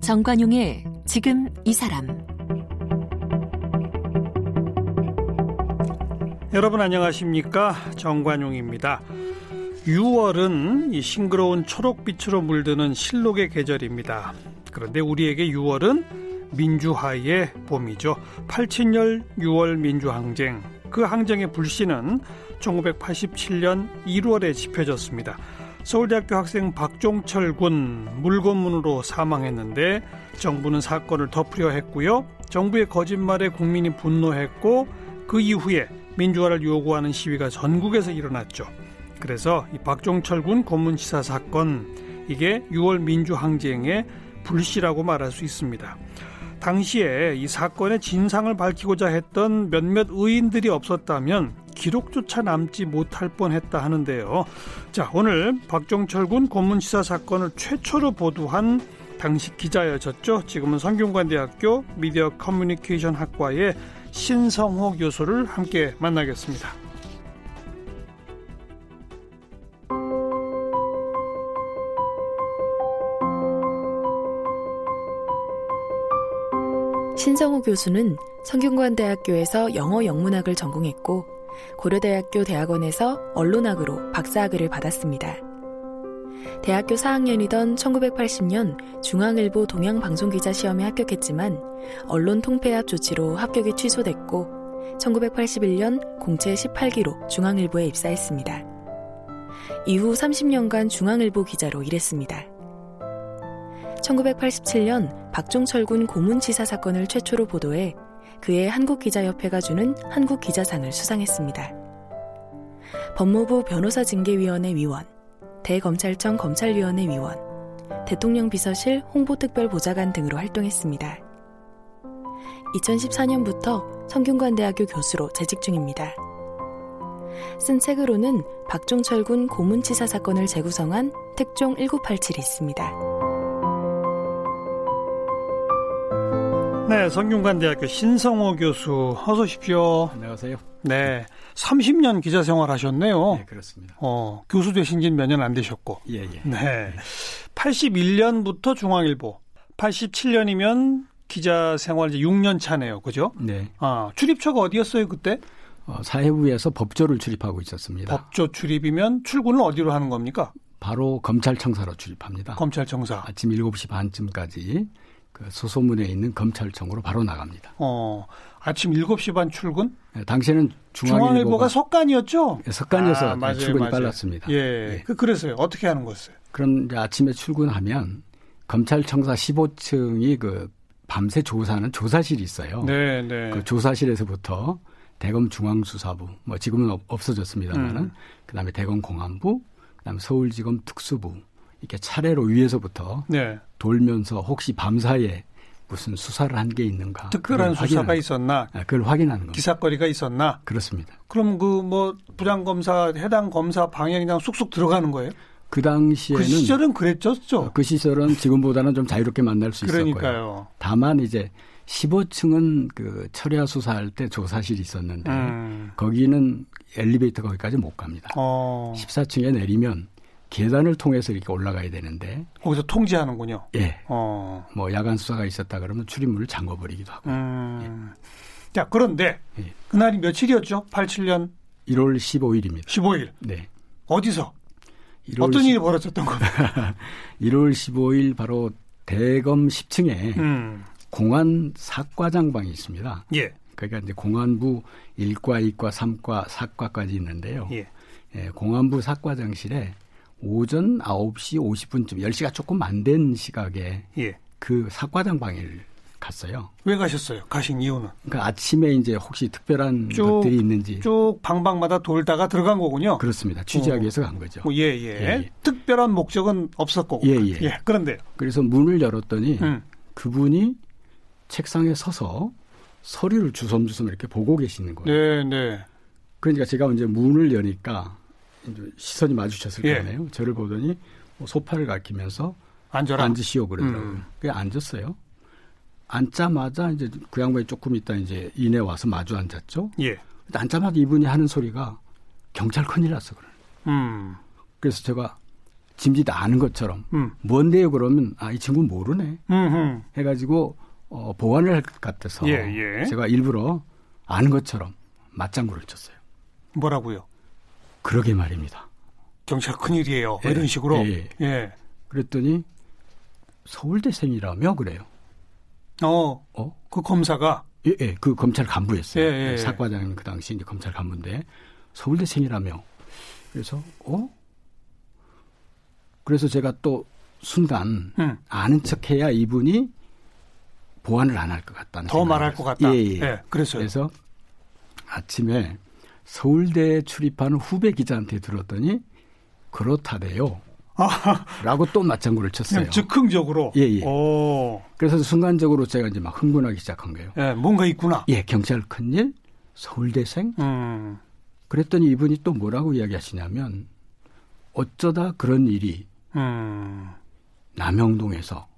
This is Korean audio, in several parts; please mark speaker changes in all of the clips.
Speaker 1: 정관용의 지금 이 사람
Speaker 2: 여러분 안녕하십니까 정관용입니다. 6월은 이 싱그러운 초록빛으로 물드는 실록의 계절입니다. 그런데 우리에게 6월은 민주화의 봄이죠. 87년 6월 민주항쟁. 그 항쟁의 불씨는 1987년 1월에 지펴졌습니다. 서울대학교 학생 박종철 군 물건문으로 사망했는데 정부는 사건을 덮으려 했고요. 정부의 거짓말에 국민이 분노했고 그 이후에 민주화를 요구하는 시위가 전국에서 일어났죠. 그래서 이 박종철 군 고문치사 사건 이게 6월 민주항쟁의 불씨라고 말할 수 있습니다. 당시에 이 사건의 진상을 밝히고자 했던 몇몇 의인들이 없었다면 기록조차 남지 못할 뻔했다 하는데요. 자, 오늘 박종철 군 고문치사 사건을 최초로 보도한 당시 기자였었죠. 지금은 성균관대학교 미디어 커뮤니케이션 학과의 신성호 교수를 함께 만나겠습니다.
Speaker 3: 신성호 교수는 성균관대학교에서 영어 영문학을 전공했고 고려대학교 대학원에서 언론학으로 박사학위를 받았습니다. 대학교 4학년이던 1980년 중앙일보 동양방송기자 시험에 합격했지만 언론 통폐합 조치로 합격이 취소됐고 1981년 공채 18기로 중앙일보에 입사했습니다. 이후 30년간 중앙일보 기자로 일했습니다. 1987년 박종철 군 고문치사 사건을 최초로 보도해 그의 한국기자협회가 주는 한국기자상을 수상했습니다. 법무부 변호사징계위원회 위원, 대검찰청 검찰위원회 위원, 대통령 비서실 홍보특별보좌관 등으로 활동했습니다. 2014년부터 성균관대학교 교수로 재직 중입니다. 쓴 책으로는 박종철 군 고문치사 사건을 재구성한 특종 1987이 있습니다.
Speaker 2: 네, 성균관대학교 신성호 교수 어서 오십시오.
Speaker 4: 안녕하세요.
Speaker 2: 네, 30년 기자 생활 하셨네요.
Speaker 4: 네, 그렇습니다.
Speaker 2: 어, 교수 되신 지는 몇 년 안 되셨고.
Speaker 4: 예, 예.
Speaker 2: 네. 81년부터 중앙일보. 87년이면 기자 생활 이제 6년 차네요. 그죠?
Speaker 4: 네.
Speaker 2: 아, 출입처가 어디였어요, 그때?
Speaker 4: 어, 사회부에서 법조를 출입하고 있었습니다.
Speaker 2: 법조 출입이면 출근을 어디로 하는 겁니까?
Speaker 4: 바로 검찰청사로 출입합니다.
Speaker 2: 검찰청사.
Speaker 4: 아침 7시 반쯤까지 그 소소문에 있는 검찰청으로 바로 나갑니다.
Speaker 2: 어, 아침 7시 반 출근?
Speaker 4: 예, 당시에는
Speaker 2: 중앙일보가,
Speaker 4: 중앙일보가,
Speaker 2: 석간이었죠?
Speaker 4: 석간이어서
Speaker 2: 아, 맞아요,
Speaker 4: 출근이
Speaker 2: 맞아요.
Speaker 4: 빨랐습니다.
Speaker 2: 예. 그, 그래서요. 어떻게 하는 거였어요?
Speaker 4: 그럼 이제 아침에 출근하면 검찰청사 15층이 그 밤새 조사하는 조사실이 있어요.
Speaker 2: 네, 네.
Speaker 4: 그 조사실에서부터 대검 중앙수사부, 뭐 지금은 없- 없어졌습니다만은,
Speaker 2: 음.
Speaker 4: 그다음에 대검 공안부, 그다음에 서울지검 특수부 이렇게 차례로 위에서부터
Speaker 2: 네.
Speaker 4: 돌면서 혹시 밤 사이에 무슨 수사를 한 게 있는가
Speaker 2: 특별한
Speaker 4: 아, 그걸
Speaker 2: 수사가
Speaker 4: 확인하는-
Speaker 2: 있었나?
Speaker 4: 아, 그걸 확인하는 겁니다.
Speaker 2: 기사거리가 있었나?
Speaker 4: 그렇습니다.
Speaker 2: 그럼 그 뭐 부장검사 해당 검사 방에 그냥 쑥쑥 들어가는 거예요?
Speaker 4: 그 당시에는
Speaker 2: 그 시절은 그랬죠.
Speaker 4: 어, 그 시절은 지금보다는 좀 자유롭게 만날 수 있었고요.
Speaker 2: 그러니까요.
Speaker 4: 다만 이제 15층은 그 철야 수사할 때 조사실이 있었는데
Speaker 2: 음.
Speaker 4: 거기는 엘리베이터 거기까지 못 갑니다.
Speaker 2: 어,
Speaker 4: 14층에 내리면 계단을 통해서 이렇게 올라가야 되는데
Speaker 2: 거기서 통제하는군요.
Speaker 4: 예.
Speaker 2: 어.
Speaker 4: 뭐 야간 수사가 있었다 그러면 출입문을 잠궈 버리기도 하고.
Speaker 2: 음. 자, 그런데
Speaker 4: 예.
Speaker 2: 그날이 며칠이었죠? 87년
Speaker 4: 1월 15일입니다.
Speaker 2: 15일.
Speaker 4: 네.
Speaker 2: 어디서?
Speaker 4: 1월
Speaker 2: 어떤
Speaker 4: 10
Speaker 2: 일이 벌어졌던 겁니까?
Speaker 4: 1월 15일 바로 대검 10층에
Speaker 2: 음.
Speaker 4: 공안 사과장방이 있습니다.
Speaker 2: 예.
Speaker 4: 그러니까 이제 공안부 1과, 2과, 3과, 사과까지 있는데요.
Speaker 2: 예.
Speaker 4: 예, 공안부 사과장실에 오전 9시 50분쯤 10시가 조금 안 된 시각에
Speaker 2: 예.
Speaker 4: 그 사과장방을 갔어요.
Speaker 2: 왜 가셨어요? 가신 이유는?
Speaker 4: 그러니까 아침에 이제 혹시 특별한
Speaker 2: 쭉-
Speaker 4: 것들이 있는지
Speaker 2: 쭉 방방마다 돌다가 들어간 거군요.
Speaker 4: 예. 그렇습니다.
Speaker 2: 어.
Speaker 4: 취재하기 위해서 간 거죠.
Speaker 2: 뭐, 예, 예,
Speaker 4: 그렇죠. 예, 예.
Speaker 2: 특별한 목적은 없었고.
Speaker 4: 예, 예.
Speaker 2: 그런데.
Speaker 4: 그래서 문을 열었더니
Speaker 2: 음.
Speaker 4: 그분이 책상에 서서 서류를 주섬주섬 이렇게 보고 계시는
Speaker 2: 네,
Speaker 4: 거예요.
Speaker 2: 네.
Speaker 4: 그러니까 제가 이제 문을 여니까 이제 시선이 마주쳤을
Speaker 2: 예.
Speaker 4: 거네요. 저를 보더니 뭐 소파를 가리면서
Speaker 2: 앉아라.
Speaker 4: 앉으시오 그러더라고요.
Speaker 2: 음.
Speaker 4: 그게 앉았어요. 앉자마자 이제 그 양반이 조금 있다 이제 이내 와서 마주 앉았죠.
Speaker 2: 예.
Speaker 4: 근데 앉자마자 이분이 하는 소리가 경찰 큰일 났어 그래.
Speaker 2: 음.
Speaker 4: 그래서 제가 짐짓 아는 것처럼
Speaker 2: 음.
Speaker 4: 뭔데요 그러면 아 이 친구 모르네
Speaker 2: 음.
Speaker 4: 해가지고 어, 보완을 할 것 같아서
Speaker 2: 예, 예.
Speaker 4: 제가 일부러 아는 것처럼 맞장구를 쳤어요.
Speaker 2: 뭐라고요?
Speaker 4: 그러게 말입니다.
Speaker 2: 경찰 큰일이에요.
Speaker 4: 예,
Speaker 2: 이런 식으로.
Speaker 4: 예,
Speaker 2: 예.
Speaker 4: 그랬더니 서울대생이라며 그래요.
Speaker 2: 어,
Speaker 4: 어?
Speaker 2: 그 검사가
Speaker 4: 예, 예, 그 검찰 간부였어요.
Speaker 2: 예, 예, 예.
Speaker 4: 사과장은 그 당시 이제 검찰 간부인데 서울대생이라며. 그래서 어? 그래서 제가 또 순간
Speaker 2: 음.
Speaker 4: 아는 척해야 이분이 보완을 안 할 것 같다는
Speaker 2: 더
Speaker 4: 생각을
Speaker 2: 말할 것
Speaker 4: 했어요.
Speaker 2: 같다.
Speaker 4: 예, 예.
Speaker 2: 그래서요.
Speaker 4: 그래서 아침에 서울대에 출입하는 후배 기자한테 들었더니 그렇다대요.
Speaker 2: 아,
Speaker 4: 라고 또 맞장구를 쳤어요.
Speaker 2: 그냥 즉흥적으로.
Speaker 4: 예, 예.
Speaker 2: 오,
Speaker 4: 그래서 순간적으로 제가 이제 막 흥분하기 시작한 거예요.
Speaker 2: 예, 뭔가 있구나.
Speaker 4: 예, 경찰 큰일, 서울대생.
Speaker 2: 음,
Speaker 4: 그랬더니 이분이 또 뭐라고 이야기하시냐면 어쩌다 그런 일이
Speaker 2: 음,
Speaker 4: 남영동에서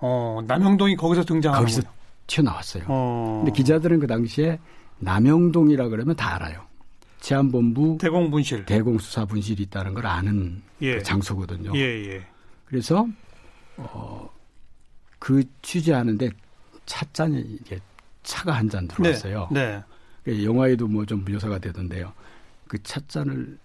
Speaker 2: 어, 남영동이 거기서 등장하는
Speaker 4: 거기서 튀어나왔어요.
Speaker 2: 어,
Speaker 4: 근데 기자들은 그 당시에 남영동이라 그러면 다 알아요. 치안본부
Speaker 2: 대공분실.
Speaker 4: 대공수사 분실이 있다는 걸 아는
Speaker 2: 예.
Speaker 4: 그 장소거든요.
Speaker 2: 예, 예.
Speaker 4: 그래서 어, 그 취재하는데 찻잔이 이게 차가 한 잔 들어왔어요.
Speaker 2: 네.
Speaker 4: 그 영화에도 뭐 좀 묘사가 되던데요. 그 찻잔을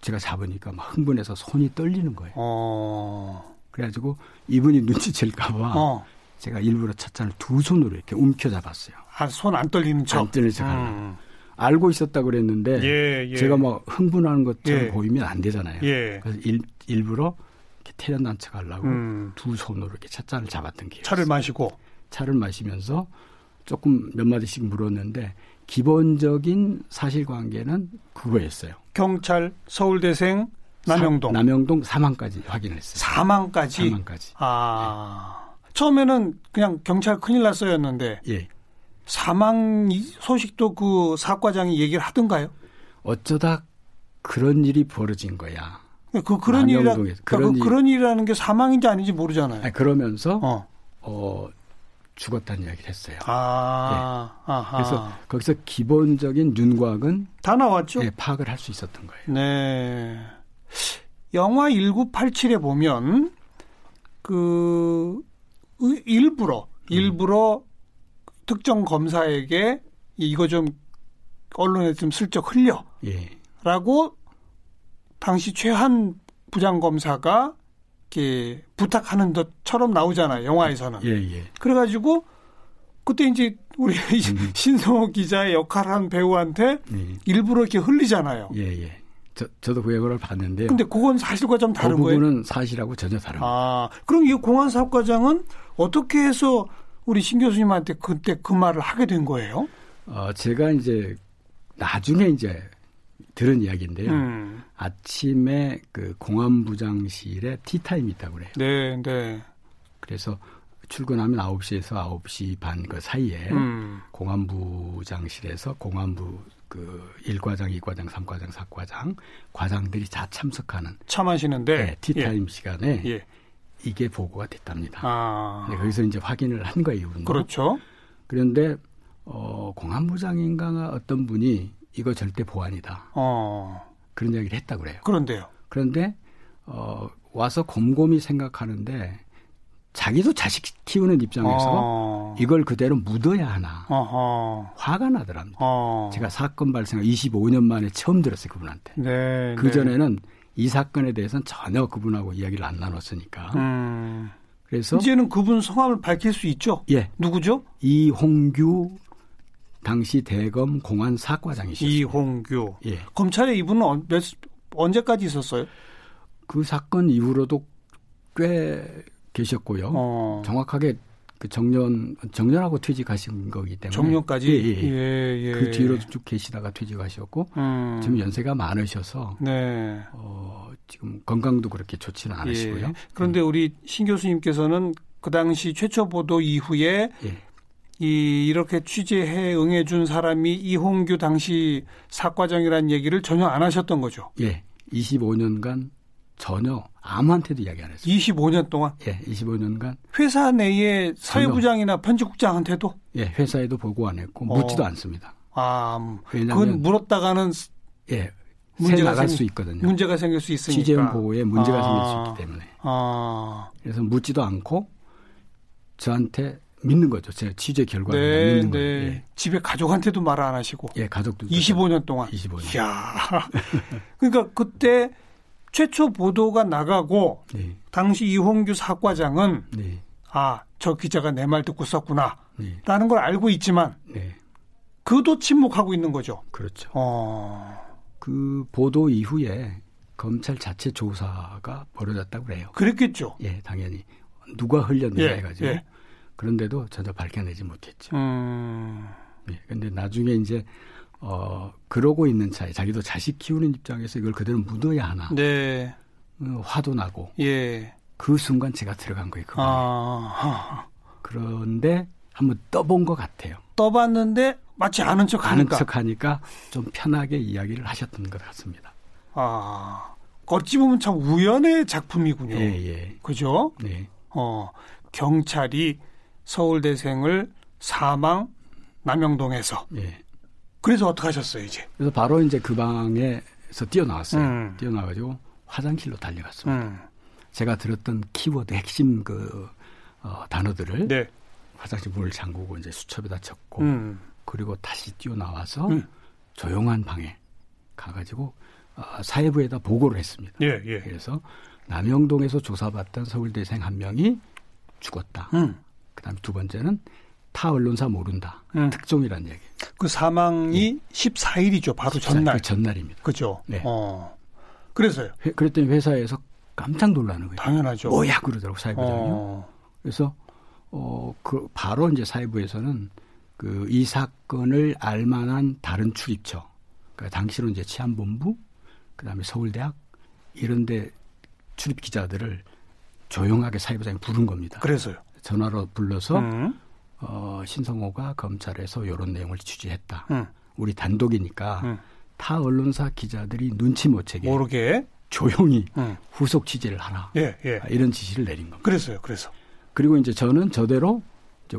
Speaker 4: 제가 잡으니까 막 흥분해서 손이 떨리는 거예요.
Speaker 2: 어,
Speaker 4: 그래가지고 이분이 눈치챌까봐
Speaker 2: 어,
Speaker 4: 제가 일부러 찻잔을 두 손으로 이렇게 움켜 잡았어요.
Speaker 2: 아, 손 안 떨리는 척.
Speaker 4: 안 떨리는 척
Speaker 2: 음.
Speaker 4: 알고 있었다 그랬는데
Speaker 2: 예, 예.
Speaker 4: 제가 뭐 막 흥분하는 것처럼
Speaker 2: 예.
Speaker 4: 보이면 안 되잖아요.
Speaker 2: 예.
Speaker 4: 그래서 일, 일부러 이렇게 태련난 척 하려고
Speaker 2: 음.
Speaker 4: 두 손으로 이렇게 찻잔을 잡았던 기억이
Speaker 2: 차를 마시고.
Speaker 4: 차를 마시면서 조금 몇 마디씩 물었는데 기본적인 사실관계는 그거였어요.
Speaker 2: 경찰, 서울대생, 남영동.
Speaker 4: 사- 남영동 사망까지 확인했어요.
Speaker 2: 사망까지.
Speaker 4: 사망까지.
Speaker 2: 아. 처음에는 그냥 경찰 큰일 났어였는데
Speaker 4: 예.
Speaker 2: 사망 이- 소식도 그 사과장이 얘기를 하던가요?
Speaker 4: 어쩌다 그런 일이 벌어진 거야.
Speaker 2: 그 그런 일이라 그
Speaker 4: 남영동에서 그런 일-
Speaker 2: 그런 일이라는 게 사망인지 아닌지 모르잖아요.
Speaker 4: 아니, 그러면서 어.
Speaker 2: 네. 어.
Speaker 4: 죽었다는 이야기를 했어요.
Speaker 2: 아. 아하.
Speaker 4: 그래서 거기서 기본적인 윤곽은
Speaker 2: 다 나왔죠?
Speaker 4: 예, 파악을 할 수 있었던 거예요.
Speaker 2: 네. 영화 1987에 보면 그 의- 일부러 일부러 특정 검사에게 이거 좀 언론에 좀 슬쩍
Speaker 4: 예.
Speaker 2: 흘려라고 당시 최한 부장 검사가 이렇게 부탁하는 것처럼 나오잖아요 영화에서는
Speaker 4: 예, 예.
Speaker 2: 그래가지고 그때 이제 우리 신성호 기자의 역할한 배우한테
Speaker 4: 예,
Speaker 2: 일부러 이렇게 흘리잖아요.
Speaker 4: 예. 예. 저, 저도 그 영화를 봤는데요.
Speaker 2: 근데 그건 사실과 좀
Speaker 4: 그
Speaker 2: 다른 거예요.
Speaker 4: 부분은 사실하고 전혀 다른 거예요.
Speaker 2: 아, 그럼 이 공안사업과장은 어떻게 해서 우리 신 교수님한테 그때 그 말을 하게 된 거예요?
Speaker 4: 어, 제가 이제 나중에 이제 들은 이야기인데요.
Speaker 2: 음.
Speaker 4: 아침에 그 공안부장실에 티타임이 있다고 그래요.
Speaker 2: 네, 네.
Speaker 4: 그래서 출근하면 9시에서 9시 반 그 사이에
Speaker 2: 음.
Speaker 4: 공안부장실에서 공안부 그 1과장, 2과장, 3과장, 4과장 과장들이 다 참석하는
Speaker 2: 차 마시는데.
Speaker 4: 네, 티타임 시간에
Speaker 2: 예. 예.
Speaker 4: 이게 보고가 됐답니다.
Speaker 2: 아.
Speaker 4: 네, 거기서 뭐? 이제 확인을 한 거예요. 이분도.
Speaker 2: 그렇죠.
Speaker 4: 그런데 어, 공안부장인가 어떤 분이 이거 절대 보안이다.
Speaker 2: 어.
Speaker 4: 그런 이야기를 했다고 그래요.
Speaker 2: 그런데요.
Speaker 4: 그런데 어, 와서 곰곰이 생각하는데 자기도 자식 키우는 입장에서
Speaker 2: 어.
Speaker 4: 이걸 그대로 묻어야 하나
Speaker 2: 어허.
Speaker 4: 화가 나더랍니다.
Speaker 2: 어.
Speaker 4: 제가 사건 발생 25년 만에 처음 들었어요 그분한테.
Speaker 2: 네.
Speaker 4: 그
Speaker 2: 네.
Speaker 4: 전에는 이 사건에 대해서는 전혀 그분하고 이야기를 안 나눴으니까.
Speaker 2: 음.
Speaker 4: 그래서
Speaker 2: 이제는 그분 성함을 밝힐 수 있죠?
Speaker 4: 예
Speaker 2: 누구죠?
Speaker 4: 이홍규 당시 대검 공안 사과장이셨어요.
Speaker 2: 이홍규.
Speaker 4: 예.
Speaker 2: 검찰에 이분은 언- 몇, 언제까지 있었어요?
Speaker 4: 그 사건 이후로도 꽤 계셨고요.
Speaker 2: 어.
Speaker 4: 정확하게 그 정년 정년하고 퇴직하신 거기 때문에
Speaker 2: 정년까지
Speaker 4: 예, 예, 예.
Speaker 2: 예, 예.
Speaker 4: 그 뒤로도 쭉 계시다가 퇴직하셨고
Speaker 2: 음.
Speaker 4: 지금 연세가 많으셔서
Speaker 2: 네.
Speaker 4: 어, 지금 건강도 그렇게 좋지는 않으시고요. 음.
Speaker 2: 예. 그런데 우리 신 교수님께서는 그 당시 최초 보도 이후에
Speaker 4: 예.
Speaker 2: 이 이렇게 취재해 응해준 사람이 이홍규 당시 사과장이라는 얘기를 전혀 안 하셨던 거죠.
Speaker 4: 예, 25년간 예. 전혀 아무한테도 이야기 안 했어요.
Speaker 2: 25년 동안
Speaker 4: 예, 25년간
Speaker 2: 회사 내에 사회부장이나 편집국장한테도
Speaker 4: 예, 회사에도 보고 안 했고
Speaker 2: 어.
Speaker 4: 묻지도 않습니다.
Speaker 2: 아, 음, 그건
Speaker 4: 왜냐하면
Speaker 2: 물었다가는 스-
Speaker 4: 예, 새
Speaker 2: 문제가
Speaker 4: 나갈
Speaker 2: 생-
Speaker 4: 수 있거든요.
Speaker 2: 문제가 생길 수 있으니까.
Speaker 4: 취재원 보호에 문제가
Speaker 2: 아.
Speaker 4: 생길 수 있기 때문에
Speaker 2: 아,
Speaker 4: 그래서 묻지도 않고 저한테 믿는 거죠. 제 취재 결과를
Speaker 2: 네,
Speaker 4: 믿는
Speaker 2: 네.
Speaker 4: 거예요. 예.
Speaker 2: 집에 가족한테도 말 안 하시고.
Speaker 4: 예, 가족들
Speaker 2: 25년 동안.
Speaker 4: 25년.
Speaker 2: 이야. 그러니까 그때 최초 보도가 나가고
Speaker 4: 네,
Speaker 2: 당시 이홍규 사과장은
Speaker 4: 네,
Speaker 2: 아, 저 기자가 내 말 듣고 썼구나.
Speaker 4: 네,
Speaker 2: 라는 걸 알고 있지만
Speaker 4: 네,
Speaker 2: 그도 침묵하고 있는 거죠.
Speaker 4: 그렇죠.
Speaker 2: 어.
Speaker 4: 그 보도 이후에 검찰 자체 조사가 벌어졌다고 그래요.
Speaker 2: 그랬겠죠.
Speaker 4: 예, 당연히 누가 흘렸느냐
Speaker 2: 예,
Speaker 4: 해가지고
Speaker 2: 예.
Speaker 4: 그런데도 전혀 밝혀내지 못했죠.
Speaker 2: 음.
Speaker 4: 예, 근데 나중에 이제 어 그러고 있는 차에 자기도 자식 키우는 입장에서 이걸 그대로 묻어야 하나
Speaker 2: 네.
Speaker 4: 어, 화도 나고
Speaker 2: 예.
Speaker 4: 그 순간 제가 들어간 거예요. 그거.
Speaker 2: 아.
Speaker 4: 그런데 한번 떠본 것 같아요.
Speaker 2: 떠봤는데 마치 아는 척
Speaker 4: 가는
Speaker 2: 하니까.
Speaker 4: 척하니까 좀 편하게 이야기를 하셨던 것 같습니다.
Speaker 2: 아. 어찌 보면 참 우연의 작품이군요.
Speaker 4: 예, 예,
Speaker 2: 그죠?
Speaker 4: 네,
Speaker 2: 어, 경찰이 서울대생을 사망 남영동에서
Speaker 4: 예.
Speaker 2: 그래서 어떻게 하셨어요 이제?
Speaker 4: 그래서 바로 이제 그 방에서 뛰어나왔어요.
Speaker 2: 음.
Speaker 4: 뛰어나가지고 화장실로 달려갔습니다.
Speaker 2: 음.
Speaker 4: 제가 들었던 키워드 핵심 그 어, 단어들을
Speaker 2: 네.
Speaker 4: 화장실 문을 잠그고 이제 수첩에다 적고
Speaker 2: 음.
Speaker 4: 그리고 다시 뛰어나와서
Speaker 2: 음.
Speaker 4: 조용한 방에 가가지고 어, 사회부에다 보고를 했습니다.
Speaker 2: 예, 예.
Speaker 4: 그래서 남영동에서 조사받던 서울대생 한 명이 죽었다.
Speaker 2: 음.
Speaker 4: 그다음 두 번째는 타 언론사 모른다.
Speaker 2: 음.
Speaker 4: 특종이란 얘기.
Speaker 2: 그 사망이 14일이죠. 바로
Speaker 4: 예. 그
Speaker 2: 전날.
Speaker 4: 그 전날입니다.
Speaker 2: 그죠?
Speaker 4: 네.
Speaker 2: 어. 그래서요.
Speaker 4: 회- 그랬더니 회사에서 깜짝 놀라는 거예요.
Speaker 2: 당연하죠.
Speaker 4: 뭐야 그러더라고 사회부장이요.
Speaker 2: 어.
Speaker 4: 그래서 어 그 바로 이제 사회부에서는 그 이 사건을 알만한 다른 출입처, 그러니까 당시로는 이제 치안본부, 그다음에 서울대학 이런데 출입 기자들을 조용하게 사회부장이 부른 겁니다.
Speaker 2: 그래서요.
Speaker 4: 전화로 불러서
Speaker 2: 음.
Speaker 4: 어, 신성호가 검찰에서 이런 내용을 취재했다.
Speaker 2: 음.
Speaker 4: 우리 단독이니까
Speaker 2: 음.
Speaker 4: 타 언론사 아, 기자들이 눈치 못 채게
Speaker 2: 모르게.
Speaker 4: 조용히
Speaker 2: 음.
Speaker 4: 후속 취재를 하라
Speaker 2: 예, 예.
Speaker 4: 아, 이런 지시를 내린 겁니다.
Speaker 2: 그래서요. 그래서.
Speaker 4: 그리고 이제 저는 저대로 이제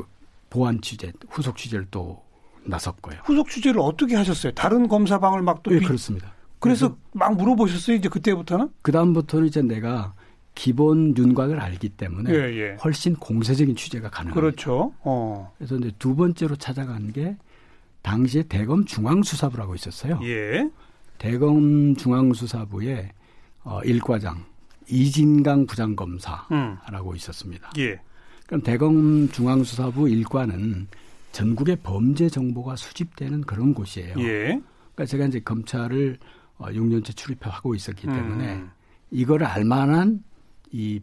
Speaker 4: 보안 취재, 후속 취재를 또 나섰고요.
Speaker 2: 후속 취재를 어떻게 하셨어요? 다른 검사방을 막 또.
Speaker 4: 예,
Speaker 2: 비-
Speaker 4: 그렇습니다.
Speaker 2: 그래서 막 물어보셨어요. 이제 그때부터는?
Speaker 4: 그 다음부터는 이제 내가 기본 윤곽을 알기 때문에
Speaker 2: 예, 예.
Speaker 4: 훨씬 공세적인 취재가 가능합니다.
Speaker 2: 그렇죠. 어.
Speaker 4: 그래서 이제 두 번째로 찾아간 게 당시에 대검 중앙수사부라고 있었어요.
Speaker 2: 예.
Speaker 4: 대검 중앙수사부의 어, 1과장 이진강 부장검사라고
Speaker 2: 음.
Speaker 4: 있었습니다.
Speaker 2: 예.
Speaker 4: 그럼 대검 중앙수사부 1과는 전국의 범죄 정보가 수집되는 그런 곳이에요.
Speaker 2: 예.
Speaker 4: 그러니까 제가 이제 검찰을 어, 6년째 출입하고 있었기 때문에
Speaker 2: 음.
Speaker 4: 이걸 알만한 이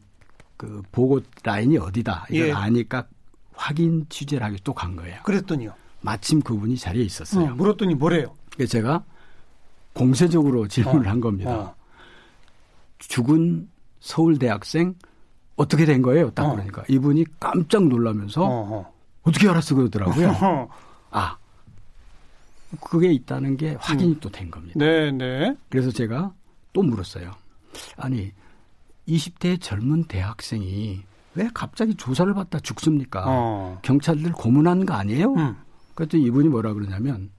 Speaker 4: 그 보고 라인이 어디다 이걸
Speaker 2: 예.
Speaker 4: 아니까 확인 취재를 하기 또 간 거예요.
Speaker 2: 그랬더니요.
Speaker 4: 마침 그분이 자리에
Speaker 2: 어,
Speaker 4: 있었어요.
Speaker 2: 물었더니 뭐래요?
Speaker 4: 그래서 제가 공세적으로 질문을 한 겁니다.
Speaker 2: 어.
Speaker 4: 죽은 서울 대학생 어떻게 된 거예요? 딱
Speaker 2: 어.
Speaker 4: 그러니까 이분이 깜짝 놀라면서
Speaker 2: 어,
Speaker 4: 어. 떻게 알았어
Speaker 2: 어.
Speaker 4: 그러더라고요.
Speaker 2: 어.
Speaker 4: 아 그게 있다는 게 확인이 또 된 겁니다.
Speaker 2: 네, 네.
Speaker 4: 그래서 제가 또 물었어요. 아니 20대 젊은 대학생이 왜 갑자기 조사를 받다 죽습니까?
Speaker 2: 어.
Speaker 4: 경찰들 고문한 거 아니에요?
Speaker 2: 음.
Speaker 4: 그랬더니 이분이 뭐라 그러냐면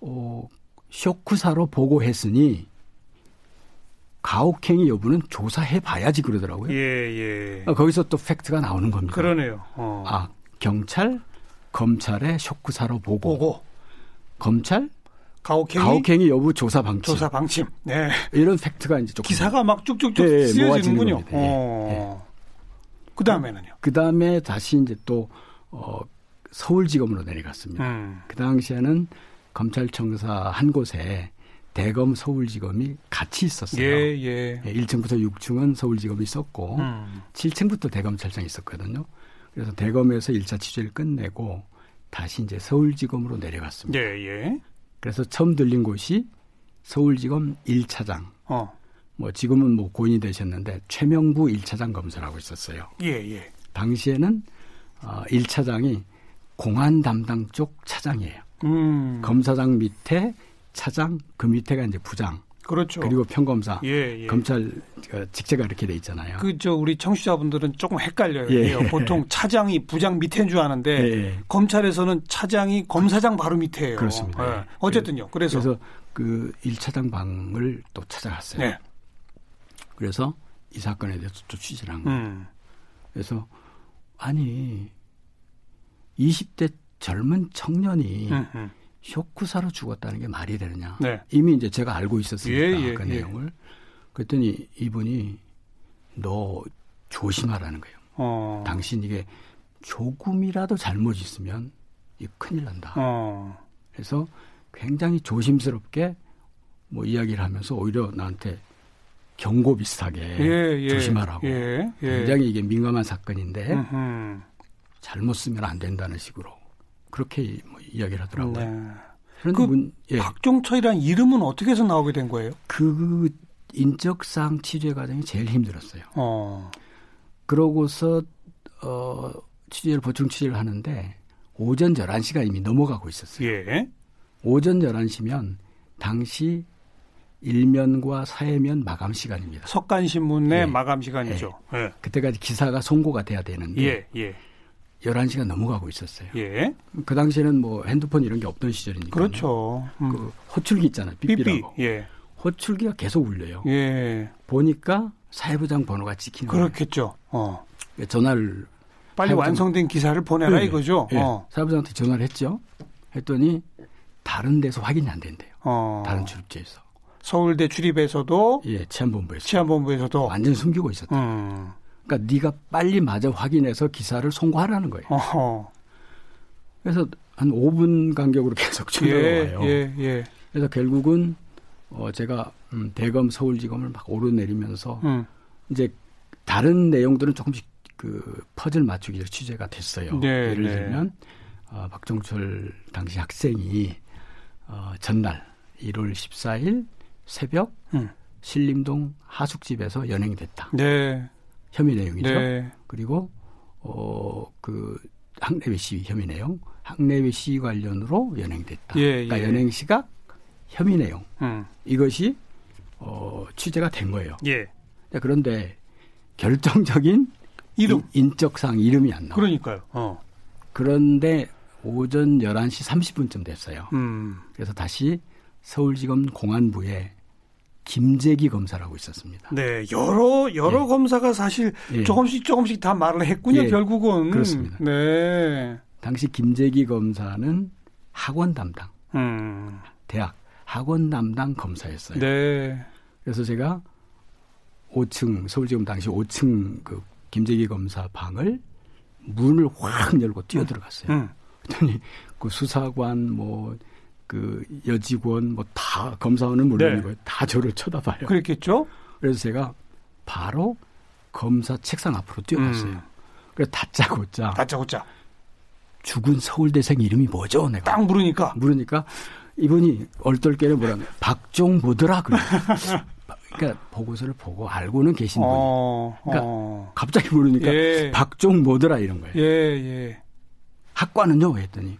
Speaker 4: 어, 쇼크사로 보고했으니 가혹행위 여부는 조사해 봐야지
Speaker 2: 예,
Speaker 4: 그러더라고요.
Speaker 2: 예.
Speaker 4: 아, 거기서 또 팩트가 나오는 겁니다.
Speaker 2: 그러네요. 어.
Speaker 4: 아 경찰 검찰의 쇼크사로 보고,
Speaker 2: 보고
Speaker 4: 검찰
Speaker 2: 가혹행위
Speaker 4: 가혹행위 여부 조사 방침
Speaker 2: 조사 방침. 네.
Speaker 4: 이런 팩트가 이제 조금
Speaker 2: 기사가 막 쭉쭉쭉
Speaker 4: 예, 예, 모아지는
Speaker 2: 쓰여지는군요.
Speaker 4: 겁니다. 예,
Speaker 2: 어. 그다음에는요.
Speaker 4: 그 다음에 다시 이제 또 어, 서울지검으로 내려갔습니다.
Speaker 2: 음.
Speaker 4: 그 당시에는 검찰청사 한 곳에 대검 서울지검이 같이 있었어요.
Speaker 2: 예, 예.
Speaker 4: 예, 1층부터 6층은 서울지검이 있었고
Speaker 2: 음.
Speaker 4: 7층부터 대검찰청이 있었거든요. 그래서 대검에서 1차 취재를 끝내고 다시 이제 서울지검으로 내려갔습니다.
Speaker 2: 예, 예.
Speaker 4: 그래서 처음 들린 곳이 서울지검 1차장.
Speaker 2: 어.
Speaker 4: 뭐 지금은 뭐 고인이 되셨는데 최명부 1차장 검사라고 있었어요.
Speaker 2: 예, 예.
Speaker 4: 당시에는 어, 1차장이 공안 담당 쪽 차장이에요.
Speaker 2: 음.
Speaker 4: 검사장 밑에 차장, 그 밑에가 이제 부장.
Speaker 2: 그렇죠.
Speaker 4: 그리고 평검사,
Speaker 2: 예, 예.
Speaker 4: 검찰 어, 직제가 이렇게 돼 있잖아요.
Speaker 2: 그 저 우리 청취자분들은 조금 헷갈려요.
Speaker 4: 예.
Speaker 2: 예, 보통 차장이 부장 밑에인 줄 아는데
Speaker 4: 예, 예.
Speaker 2: 검찰에서는 차장이 검사장 바로 밑에예요.
Speaker 4: 그렇습니다.
Speaker 2: 예. 어쨌든요. 그래서,
Speaker 4: 그래서 그 1차장 방을 또 찾아갔어요.
Speaker 2: 네.
Speaker 4: 그래서 이 사건에 대해서 또 취재를 한 거예요.
Speaker 2: 음.
Speaker 4: 그래서 아니 20대 젊은 청년이
Speaker 2: 음, 음.
Speaker 4: 쇼크사로 죽었다는 게 말이 되느냐.
Speaker 2: 네.
Speaker 4: 이미 이제 제가 알고 있었으니까
Speaker 2: 예, 예,
Speaker 4: 그
Speaker 2: 예.
Speaker 4: 내용을. 그랬더니 이분이 너 조심하라는 거예요.
Speaker 2: 어.
Speaker 4: 당신 이게 조금이라도 잘못 있으면 이 큰일 난다.
Speaker 2: 어.
Speaker 4: 그래서 굉장히 조심스럽게 뭐 이야기를 하면서 오히려 나한테 경고 비슷하게
Speaker 2: 예, 예.
Speaker 4: 조심하라고.
Speaker 2: 예, 예.
Speaker 4: 굉장히 이게 민감한 사건인데
Speaker 2: 음, 음.
Speaker 4: 잘못 쓰면 안 된다는 식으로 그렇게 뭐 이야기를 하더라고요.
Speaker 2: 네. 그
Speaker 4: 그런데 문, 예,
Speaker 2: 박종철이란 이름은 어떻게 해서 나오게 된 거예요?
Speaker 4: 그 인적상 취재 과정이 제일 힘들었어요.
Speaker 2: 어.
Speaker 4: 그러고서 어, 취재를 보충 취재를 하는데 오전 11시가 이미 넘어가고 있었어요.
Speaker 2: 예.
Speaker 4: 오전 11시면 당시 일면과 사회면 마감 시간입니다.
Speaker 2: 석간신문 내
Speaker 4: 예.
Speaker 2: 마감 시간이죠. 예.
Speaker 4: 그때까지 기사가 송고가 돼야 되는데
Speaker 2: 예, 예,
Speaker 4: 11시가 넘어가고 있었어요.
Speaker 2: 예.
Speaker 4: 그 당시에는 뭐 핸드폰 이런 게 없던 시절이니까
Speaker 2: 그렇죠. 음.
Speaker 4: 그 호출기 있잖아요.
Speaker 2: 삐삐.
Speaker 4: 삐삐라고.
Speaker 2: 예.
Speaker 4: 호출기가 계속 울려요.
Speaker 2: 예.
Speaker 4: 보니까 사회부장 번호가 찍히는 거예요. 그러니까
Speaker 2: 그렇겠죠. 어.
Speaker 4: 전화를
Speaker 2: 빨리
Speaker 4: 사회부장-
Speaker 2: 완성된 기사를 보내라
Speaker 4: 예,
Speaker 2: 네, 이거죠.
Speaker 4: 예.
Speaker 2: 어.
Speaker 4: 사회부장한테 전화를 했죠. 했더니 다른 데서 확인이 안 된대요.
Speaker 2: 어.
Speaker 4: 다른 출입처에서.
Speaker 2: 서울대 출입에서도
Speaker 4: 예, 치안본부에서.
Speaker 2: 치안본부에서도 어.
Speaker 4: 완전 숨기고 있었다.
Speaker 2: 음.
Speaker 4: 그러니까 네가 빨리 마저 확인해서 기사를 송고하라는 거예요.
Speaker 2: 어허.
Speaker 4: 그래서 한 5분 간격으로 계속
Speaker 2: 예,
Speaker 4: 전화가 와요.
Speaker 2: 예, 예.
Speaker 4: 그래서 결국은 어 제가 음, 대검 서울지검을 막 오르내리면서
Speaker 2: 음.
Speaker 4: 이제 다른 내용들은 조금씩 그 퍼즐 맞추기로 취재가 됐어요.
Speaker 2: 네,
Speaker 4: 예를
Speaker 2: 네.
Speaker 4: 들면 어, 박종철 당시 학생이 어, 전날 1월 14일 새벽
Speaker 2: 음.
Speaker 4: 신림동 하숙집에서 연행됐다.
Speaker 2: 네.
Speaker 4: 혐의 내용이죠.
Speaker 2: 네.
Speaker 4: 그리고 어그 학내외 시위 혐의 내용, 학내외 시위 관련으로 연행됐다.
Speaker 2: 예,
Speaker 4: 그러니까
Speaker 2: 예.
Speaker 4: 연행 시각 혐의 내용
Speaker 2: 음.
Speaker 4: 이것이 어 취재가 된 거예요.
Speaker 2: 예.
Speaker 4: 자, 그런데 결정적인
Speaker 2: 이름.
Speaker 4: 인- 인적상 이름이 안 나와. 요
Speaker 2: 그러니까요. 어.
Speaker 4: 그런데 오전 11시 30분쯤 됐어요.
Speaker 2: 음.
Speaker 4: 그래서 다시 서울지검 공안부에 김재기 검사라고 있었습니다.
Speaker 2: 네, 여러 여러 검사가 사실
Speaker 4: 예.
Speaker 2: 조금씩 조금씩 다 말을 했군요.
Speaker 4: 예.
Speaker 2: 결국은
Speaker 4: 그렇습니다.
Speaker 2: 네,
Speaker 4: 당시 김재기 검사는 학원 담당,
Speaker 2: 음,
Speaker 4: 대학 학원 담당 검사였어요.
Speaker 2: 네,
Speaker 4: 그래서 제가 5층 서울지검 당시 5층 그 김재기 검사 방을 문을 확 열고 뛰어 들어갔어요.
Speaker 2: 음,
Speaker 4: 그랬더니 그 수사관 뭐 그 여직원 뭐 다 검사원은 물론이고 요다 저를 쳐다봐요.
Speaker 2: 네. 그랬겠죠.
Speaker 4: 그래서 제가 바로 검사 책상 앞으로 뛰어갔어요.
Speaker 2: 음.
Speaker 4: 그래서 다짜고짜
Speaker 2: 다짜고짜
Speaker 4: 죽은 서울대생 이름이 뭐죠? 내가
Speaker 2: 딱 물으니까
Speaker 4: 물으니까 이분이 얼떨결에 뭐라냐 박종보더라 그래. 그러니까 보고서를 보고 알고는 계신 분이
Speaker 2: 어,
Speaker 4: 그러니까
Speaker 2: 어.
Speaker 4: 갑자기 물으니까
Speaker 2: 예.
Speaker 4: 박종보더라 이런 거예요.
Speaker 2: 예, 예.
Speaker 4: 학과는요 했더니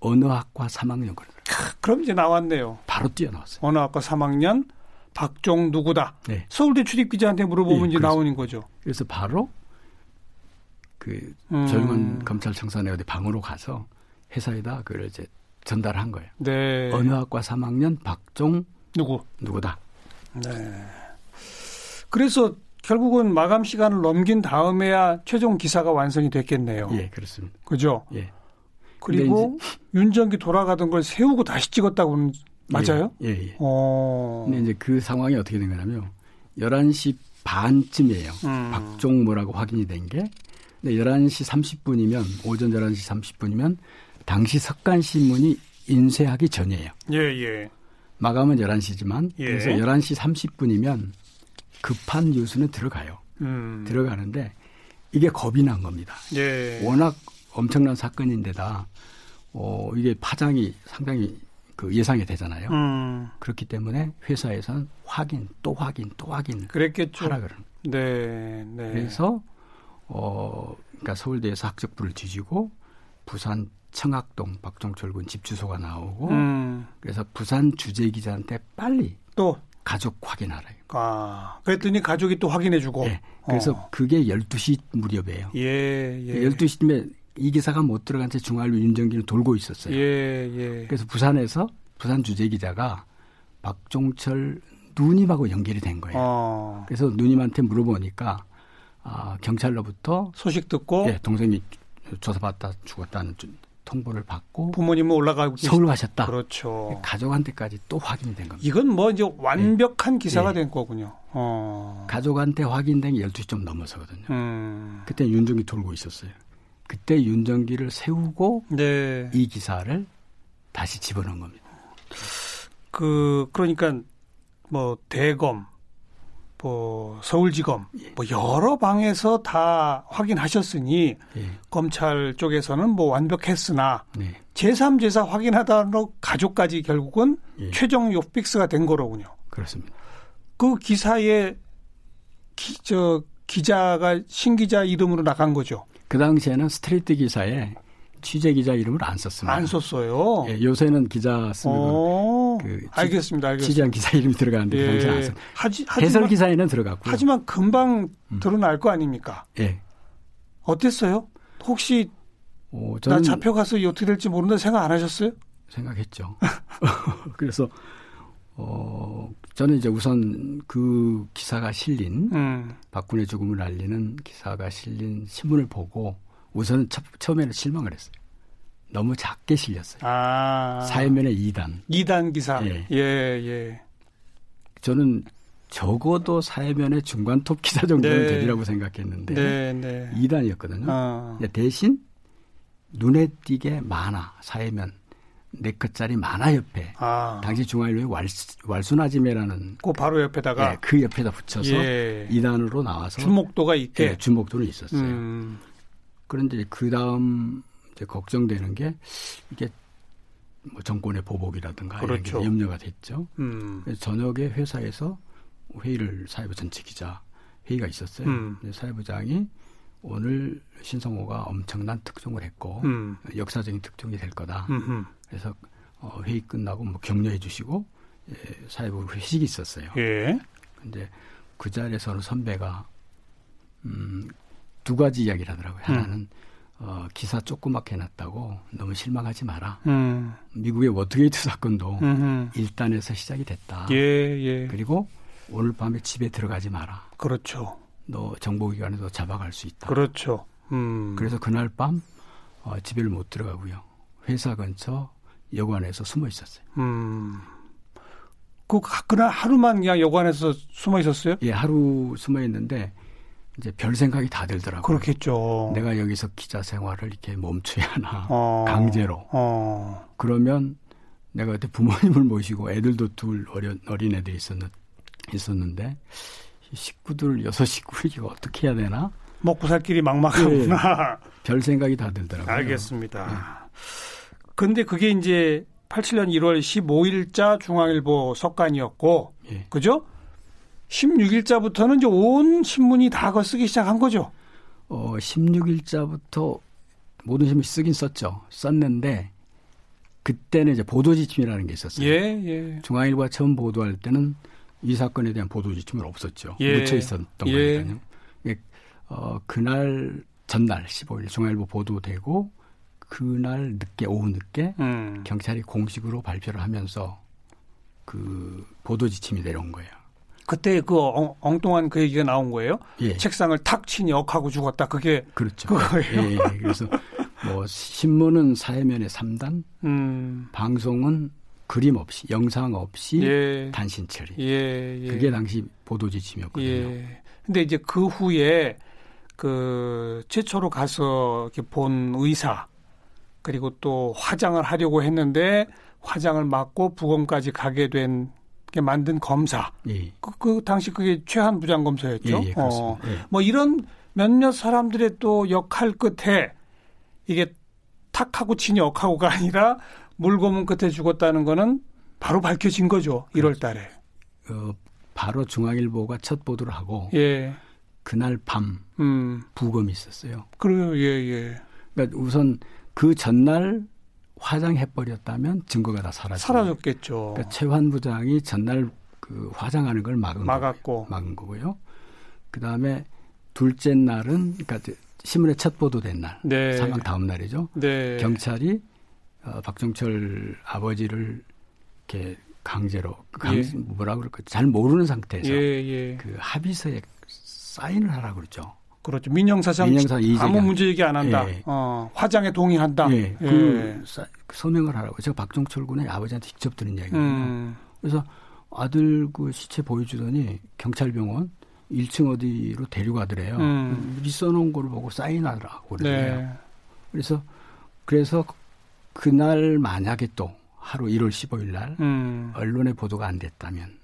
Speaker 4: 언어학과 3학년 그래.
Speaker 2: 크, 그럼 이제 나왔네요.
Speaker 4: 바로 뛰어나왔어요.
Speaker 2: 언어학과 3학년 박종 누구다.
Speaker 4: 네.
Speaker 2: 서울대 출입 기자한테 물어보면
Speaker 4: 예,
Speaker 2: 이제
Speaker 4: 그렇습니다.
Speaker 2: 나오는 거죠.
Speaker 4: 그래서 바로 그
Speaker 2: 음.
Speaker 4: 조용한 검찰청산에 어디 방으로 가서 회사에다 그걸 이제 전달한 거예요.
Speaker 2: 네,
Speaker 4: 언어학과 3학년 박종
Speaker 2: 누구?
Speaker 4: 누구다.
Speaker 2: 네. 그래서 결국은 마감 시간을 넘긴 다음에야 최종 기사가 완성이 됐겠네요.
Speaker 4: 예, 그렇습니다.
Speaker 2: 그죠?
Speaker 4: 예.
Speaker 2: 그리고 윤전기 돌아가던 걸 세우고 다시 찍었다고는 맞아요?
Speaker 4: 예, 예. 예.
Speaker 2: 어.
Speaker 4: 근데 이제 그 상황이 어떻게 된 거냐면 11시 반쯤이에요.
Speaker 2: 음.
Speaker 4: 박종 뭐라고 확인이 된 게. 근데 11시 30분이면 오전 11시 30분이면 당시 석간신문이 인쇄하기 전이에요.
Speaker 2: 예, 예.
Speaker 4: 마감은 11시지만
Speaker 2: 예.
Speaker 4: 그래서 11시 30분이면 급한 뉴스는 들어가요.
Speaker 2: 음.
Speaker 4: 들어가는데 이게 겁이 난 겁니다.
Speaker 2: 예.
Speaker 4: 워낙 엄청난 사건인데다 어, 이게 파장이 상당히 그 예상이 되잖아요.
Speaker 2: 음.
Speaker 4: 그렇기 때문에 회사에서는 확인 또 확인 또 확인
Speaker 2: 그랬겠죠.
Speaker 4: 하라 그러는.
Speaker 2: 네, 그렇죠. 네.
Speaker 4: 그래서 어, 그러니까 서울대에서 학적부를 뒤지고 부산 청학동 박종철 군 집 주소가 나오고
Speaker 2: 음.
Speaker 4: 그래서 부산 주재 기자한테 빨리
Speaker 2: 또
Speaker 4: 가족 확인하래요.
Speaker 2: 아, 그랬더니 가족이 또 확인해주고. 어.
Speaker 4: 예. 그래서 그 그게 12시 무렵이에요.
Speaker 2: 예, 예.
Speaker 4: 12시쯤에 이 기사가 못 들어간 채 중앙일보 윤정기는 돌고 있었어요.
Speaker 2: 예, 예.
Speaker 4: 그래서 부산에서 부산 주재 기자가 박종철 누님하고 연결이 된 거예요.
Speaker 2: 어,
Speaker 4: 그래서 누님한테 물어보니까 아, 경찰로부터
Speaker 2: 소식 듣고
Speaker 4: 예, 동생이 조사받다 죽었다는 주- 통보를 받고
Speaker 2: 부모님은 올라가고 계시-
Speaker 4: 서울 가셨다.
Speaker 2: 그렇죠.
Speaker 4: 가족한테까지 또 확인이 된 겁니다.
Speaker 2: 이건 뭐 이제 완벽한 기사가
Speaker 4: 예.
Speaker 2: 된 거군요. 어.
Speaker 4: 가족한테 확인된 게 12시 좀 넘어서거든요.
Speaker 2: 음.
Speaker 4: 그때 윤정기 돌고 있었어요. 그때 윤정기를 세우고
Speaker 2: 네.
Speaker 4: 이 기사를 다시 집어넣은 겁니다.
Speaker 2: 그 그러니까 뭐 대검 뭐 서울지검
Speaker 4: 예.
Speaker 2: 뭐 여러 방에서 다 확인하셨으니
Speaker 4: 예.
Speaker 2: 검찰 쪽에서는 뭐 완벽했으나
Speaker 4: 네.
Speaker 2: 제3 제사 확인하다로 가족까지 결국은
Speaker 4: 예.
Speaker 2: 최종 요 픽스가 된 거로군요.
Speaker 4: 그렇습니다.
Speaker 2: 그 기사에 기, 저 기자가 신기자 이름으로 나간 거죠.
Speaker 4: 그 당시에는 스트레이트 기사에 취재 기자 이름을 안 썼습니다.
Speaker 2: 안 썼어요.
Speaker 4: 예, 요새는 기자 쓰면
Speaker 2: 어,
Speaker 4: 그 지-
Speaker 2: 알겠습니다. 알겠습니다. 예.
Speaker 4: 취재한 기사 이름이 들어가는데 그 당시 안 썼.
Speaker 2: 하지,
Speaker 4: 해설
Speaker 2: 하지만,
Speaker 4: 기사에는 음. 들어갔고요.
Speaker 2: 하지만 금방 드러날 거 아닙니까?
Speaker 4: 예.
Speaker 2: 어땠어요? 혹시
Speaker 4: 어,
Speaker 2: 나
Speaker 4: 저는
Speaker 2: 잡혀가서 이게 어떻게 될지 모른다 생각 안 하셨어요?
Speaker 4: 생각했죠. 그래서 어, 저는 이제 우선 그 기사가 실린
Speaker 2: 음,
Speaker 4: 박근혜 죽음을 알리는 기사가 실린 신문을 보고 우선은 첫, 처음에는 실망을 했어요. 너무 작게 실렸어요.
Speaker 2: 아.
Speaker 4: 사회면에 2단.
Speaker 2: 2단 기사.
Speaker 4: 예.
Speaker 2: 예, 예.
Speaker 4: 저는 적어도 사회면의 중간 톱 기사 정도는
Speaker 2: 네.
Speaker 4: 되리라고
Speaker 2: 네,
Speaker 4: 생각했는데
Speaker 2: 네.
Speaker 4: 2단이었거든요. 예.
Speaker 2: 어.
Speaker 4: 대신 눈에 띄게 만화 사회면 네 컷짜리 만화 옆에
Speaker 2: 아.
Speaker 4: 당시 중앙일보의 왈, 왈순아지메라는
Speaker 2: 그 바로 옆에다가
Speaker 4: 예, 그 옆에다 붙여서
Speaker 2: 예.
Speaker 4: 2단으로 나와서
Speaker 2: 주목도가 있게.
Speaker 4: 예, 주목도는 있었어요.
Speaker 2: 음.
Speaker 4: 그런데 그 다음 이제 걱정되는 게 이게 뭐 정권의 보복이라든가
Speaker 2: 그렇죠.
Speaker 4: 이런 게 염려가 됐죠.
Speaker 2: 음.
Speaker 4: 그래서 저녁에 회사에서 회의를 사회부 전체 기자 회의가 있었어요.
Speaker 2: 음.
Speaker 4: 근데 사회부장이 오늘 신성호가 엄청난 특종을 했고
Speaker 2: 음.
Speaker 4: 역사적인 특종이 될 거다.
Speaker 2: 음흠.
Speaker 4: 그래서 어, 회의 끝나고 뭐 격려해 주시고 예, 사회부 회식이 있었어요.
Speaker 2: 예.
Speaker 4: 근데 그 자리에서는 선배가 음, 두 가지 이야기를 하더라고요.
Speaker 2: 음.
Speaker 4: 하나는 어, 기사 조그맣게 해놨다고 너무 실망하지 마라.
Speaker 2: 음.
Speaker 4: 미국의 워터게이트 사건도
Speaker 2: 음흠.
Speaker 4: 일단에서 시작이 됐다.
Speaker 2: 예, 예.
Speaker 4: 그리고 오늘 밤에 집에 들어가지 마라.
Speaker 2: 그렇죠.
Speaker 4: 너 정보기관에서 잡아갈 수 있다.
Speaker 2: 그렇죠. 음.
Speaker 4: 그래서 그날 밤 어, 집에를 못 들어가고요. 회사 근처 여관에서 숨어 있었어요.
Speaker 2: 음. 그 가- 그날 하루만 그냥 여관에서 숨어 있었어요?
Speaker 4: 예, 하루 숨어 있는데 이제 별 생각이 다 들더라고요.
Speaker 2: 그렇겠죠.
Speaker 4: 아, 내가 여기서 기자 생활을 이렇게 멈춰야 하나
Speaker 2: 어.
Speaker 4: 강제로
Speaker 2: 어.
Speaker 4: 그러면 내가 그때 부모님을 모시고 애들도 둘 어린 어린 애들이 있었는 있었는데 이 식구들 여섯 식구 이거 어떻게 해야 되나
Speaker 2: 먹고 살 길이 막막하구나.
Speaker 4: 별 생각이 다 들더라고요.
Speaker 2: 알겠습니다. 근데 그게 이제 87년 1월 15일자 중앙일보 석간이었고
Speaker 4: 예.
Speaker 2: 그죠? 16일자부터는 이제 온 신문이 다 그거 쓰기 시작한 거죠.
Speaker 4: 어 16일자부터 모든 신문 쓰긴 썼죠. 썼는데 그때는 이제 보도 지침이라는 게 있었어요.
Speaker 2: 예, 예.
Speaker 4: 중앙일보가 처음 보도할 때는 이 사건에 대한 보도 지침은 없었죠.
Speaker 2: 예.
Speaker 4: 묻혀 있었던
Speaker 2: 예.
Speaker 4: 거니까요. 예, 어, 그날 전날 15일 중앙일보 보도되고 그날 늦게 오후 늦게
Speaker 2: 음.
Speaker 4: 경찰이 공식으로 발표를 하면서 그 보도 지침이 내려온 거예요.
Speaker 2: 그때 그 엉, 엉뚱한 그 얘기가 나온 거예요.
Speaker 4: 예,
Speaker 2: 책상을 탁 치니 억하고 죽었다. 그게
Speaker 4: 그렇죠.
Speaker 2: 그거예요.
Speaker 4: 예, 예. 그래서 뭐 신문은 사회면에 3단,
Speaker 2: 음.
Speaker 4: 방송은 그림 없이 영상 없이
Speaker 2: 예.
Speaker 4: 단신 처리.
Speaker 2: 예, 예.
Speaker 4: 그게 당시 보도 지침이었거든요.
Speaker 2: 예. 근데 이제 그 후에 그 최초로 가서 이렇게 본 의사 그리고 또 화장을 하려고 했는데 화장을 맞고 부검까지 가게 된 게 만든 검사
Speaker 4: 예.
Speaker 2: 그, 그 당시 그게 최한 부장
Speaker 4: 예,
Speaker 2: 검사였죠.
Speaker 4: 예, 그렇습니다.
Speaker 2: 어.
Speaker 4: 예.
Speaker 2: 뭐 이런 몇몇 사람들의 또 역할 끝에 이게 탁하고 친 역하고가 아니라 물고문 끝에 죽었다는 거는 바로 밝혀진 거죠.
Speaker 4: 그렇죠.
Speaker 2: 1월 달에.
Speaker 4: 어, 바로 중앙일보가 첫 보도를 하고
Speaker 2: 예.
Speaker 4: 그날 밤
Speaker 2: 음.
Speaker 4: 부검이 있었어요.
Speaker 2: 그래요. 예, 예.
Speaker 4: 그러니까 우선 그 전날 화장해 버렸다면 그렇죠. 증거가 다 사라져.
Speaker 2: 사라졌겠죠.
Speaker 4: 그러니까 최환 부장이 전날 그 화장하는 걸 막은
Speaker 2: 막았고.
Speaker 4: 거고요. 막은 거고요. 그 다음에 둘째 날은 그러니까 신문에 첫 보도된 날
Speaker 2: 네.
Speaker 4: 사망 다음 날이죠.
Speaker 2: 네.
Speaker 4: 경찰이 어, 박종철 아버지를 이렇게 강제로 강,
Speaker 2: 예.
Speaker 4: 뭐라 그럴까 잘 모르는 상태에서
Speaker 2: 예, 예.
Speaker 4: 그 합의서에 사인을 하라 그러죠.
Speaker 2: 그렇죠. 민영사상
Speaker 4: 민영사상
Speaker 2: 아무
Speaker 4: 이재경.
Speaker 2: 문제 얘기 안 한다.
Speaker 4: 예.
Speaker 2: 어, 화장에 동의한다.
Speaker 4: 예, 그 사- 그 서명을 하라고. 제가 박종철 군의 아버지한테 직접 들은 이야기예요.
Speaker 2: 음.
Speaker 4: 그래서 아들 그 시체 보여주더니 경찰병원 1층 어디로 데려가더래요.
Speaker 2: 음.
Speaker 4: 미리 써놓은 거를 보고 사인하라고 그래요.
Speaker 2: 네.
Speaker 4: 그래서 그래서 그날 만약에 또 하루 1월 15일 날
Speaker 2: 음.
Speaker 4: 언론에 보도가 안 됐다면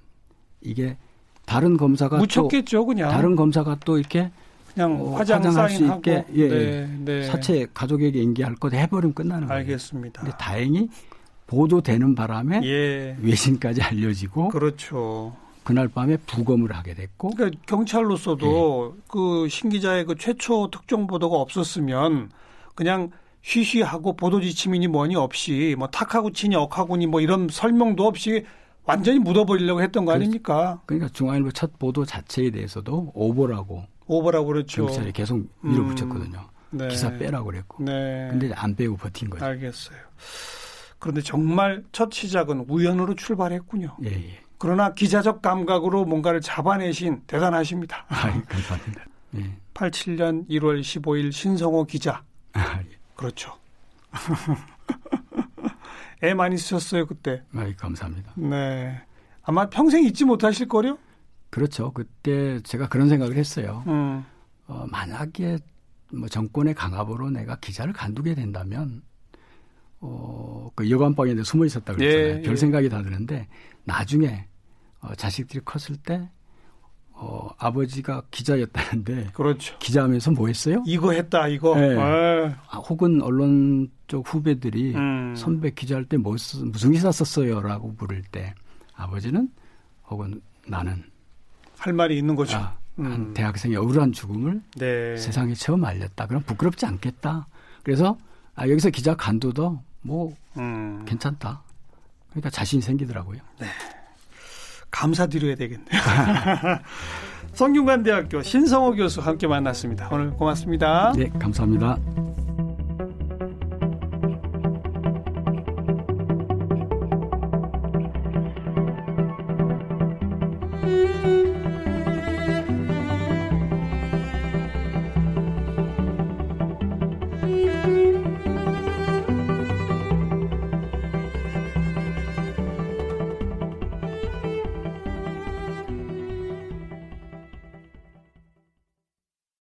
Speaker 4: 이게 다른 검사가
Speaker 2: 묻혔겠죠,
Speaker 4: 그러니까
Speaker 2: 그냥.
Speaker 4: 또 다른 검사가 또 이렇게
Speaker 2: 그냥
Speaker 4: 어,
Speaker 2: 화장
Speaker 4: 화장할 수
Speaker 2: 사인하고.
Speaker 4: 있게, 예,
Speaker 2: 네, 네.
Speaker 4: 사체 가족에게 인계할 것 해버리면 끝나는 거예요.
Speaker 2: 알겠습니다.
Speaker 4: 근데 다행히 보도되는 바람에
Speaker 2: 예.
Speaker 4: 외신까지 알려지고
Speaker 2: 그렇죠.
Speaker 4: 그날 밤에 부검을 하게 됐고
Speaker 2: 그러니까 경찰로서도
Speaker 4: 예.
Speaker 2: 그 신기자의 그 최초 특종 보도가 없었으면 그냥 쉬쉬하고 보도 지침이니 뭐니 없이 뭐 탁하고 치니 억하고니 뭐 이런 설명도 없이 완전히 묻어버리려고 했던 거
Speaker 4: 그렇-
Speaker 2: 아닙니까?
Speaker 4: 그러니까 중앙일보 첫 보도 자체에 대해서도 오보라고
Speaker 2: 오버라고 그렇죠.
Speaker 4: 경찰이 계속 밀어붙였거든요.
Speaker 2: 네.
Speaker 4: 기사 빼라고 그랬고.
Speaker 2: 네.
Speaker 4: 근데 안 빼고 버틴 거죠.
Speaker 2: 알겠어요. 그런데 정말 첫 시작은 우연으로 출발했군요.
Speaker 4: 예, 예.
Speaker 2: 그러나 기자적 감각으로 뭔가를 잡아내신 대단하십니다.
Speaker 4: 아, 감사합니다. 예.
Speaker 2: 87년 1월 15일 신성호 기자.
Speaker 4: 아, 예.
Speaker 2: 그렇죠. 애 많이 쓰셨어요 그때.
Speaker 4: 아이, 예. 감사합니다.
Speaker 2: 네. 아마 평생 잊지 못하실 거요.
Speaker 4: 그렇죠. 그때 제가 그런 생각을 했어요.
Speaker 2: 음.
Speaker 4: 어, 만약에 뭐 정권의 강압으로 내가 기자를 간두게 된다면 어, 그 여관방에 내 숨어 있었다 그랬잖아요.
Speaker 2: 예,
Speaker 4: 별
Speaker 2: 예.
Speaker 4: 생각이 다 드는데 나중에 어, 자식들이 컸을 때 어, 아버지가 기자였다는데
Speaker 2: 그렇죠.
Speaker 4: 기자하면서 뭐 했어요?
Speaker 2: 이거 했다 이거.
Speaker 4: 네.
Speaker 2: 예.
Speaker 4: 아, 혹은 언론 쪽 후배들이
Speaker 2: 음.
Speaker 4: 예. 선배 기자할 때 뭐, 쓰- 무슨 기사 썼어요라고 부를 때 아버지는 혹은 나는
Speaker 2: 할 말이 있는 거죠.
Speaker 4: 아, 한
Speaker 2: 음.
Speaker 4: 대학생의 억울한 죽음을
Speaker 2: 네.
Speaker 4: 세상에 처음 알렸다. 그럼 부끄럽지 않겠다. 그래서 아, 여기서 기자 간도도 뭐
Speaker 2: 음.
Speaker 4: 괜찮다. 그러니까 자신이 생기더라고요.
Speaker 2: 감사드려야 되겠네요. 성균관대학교 신성호 교수 함께 만났습니다. 오늘 고맙습니다.
Speaker 4: 네, 감사합니다.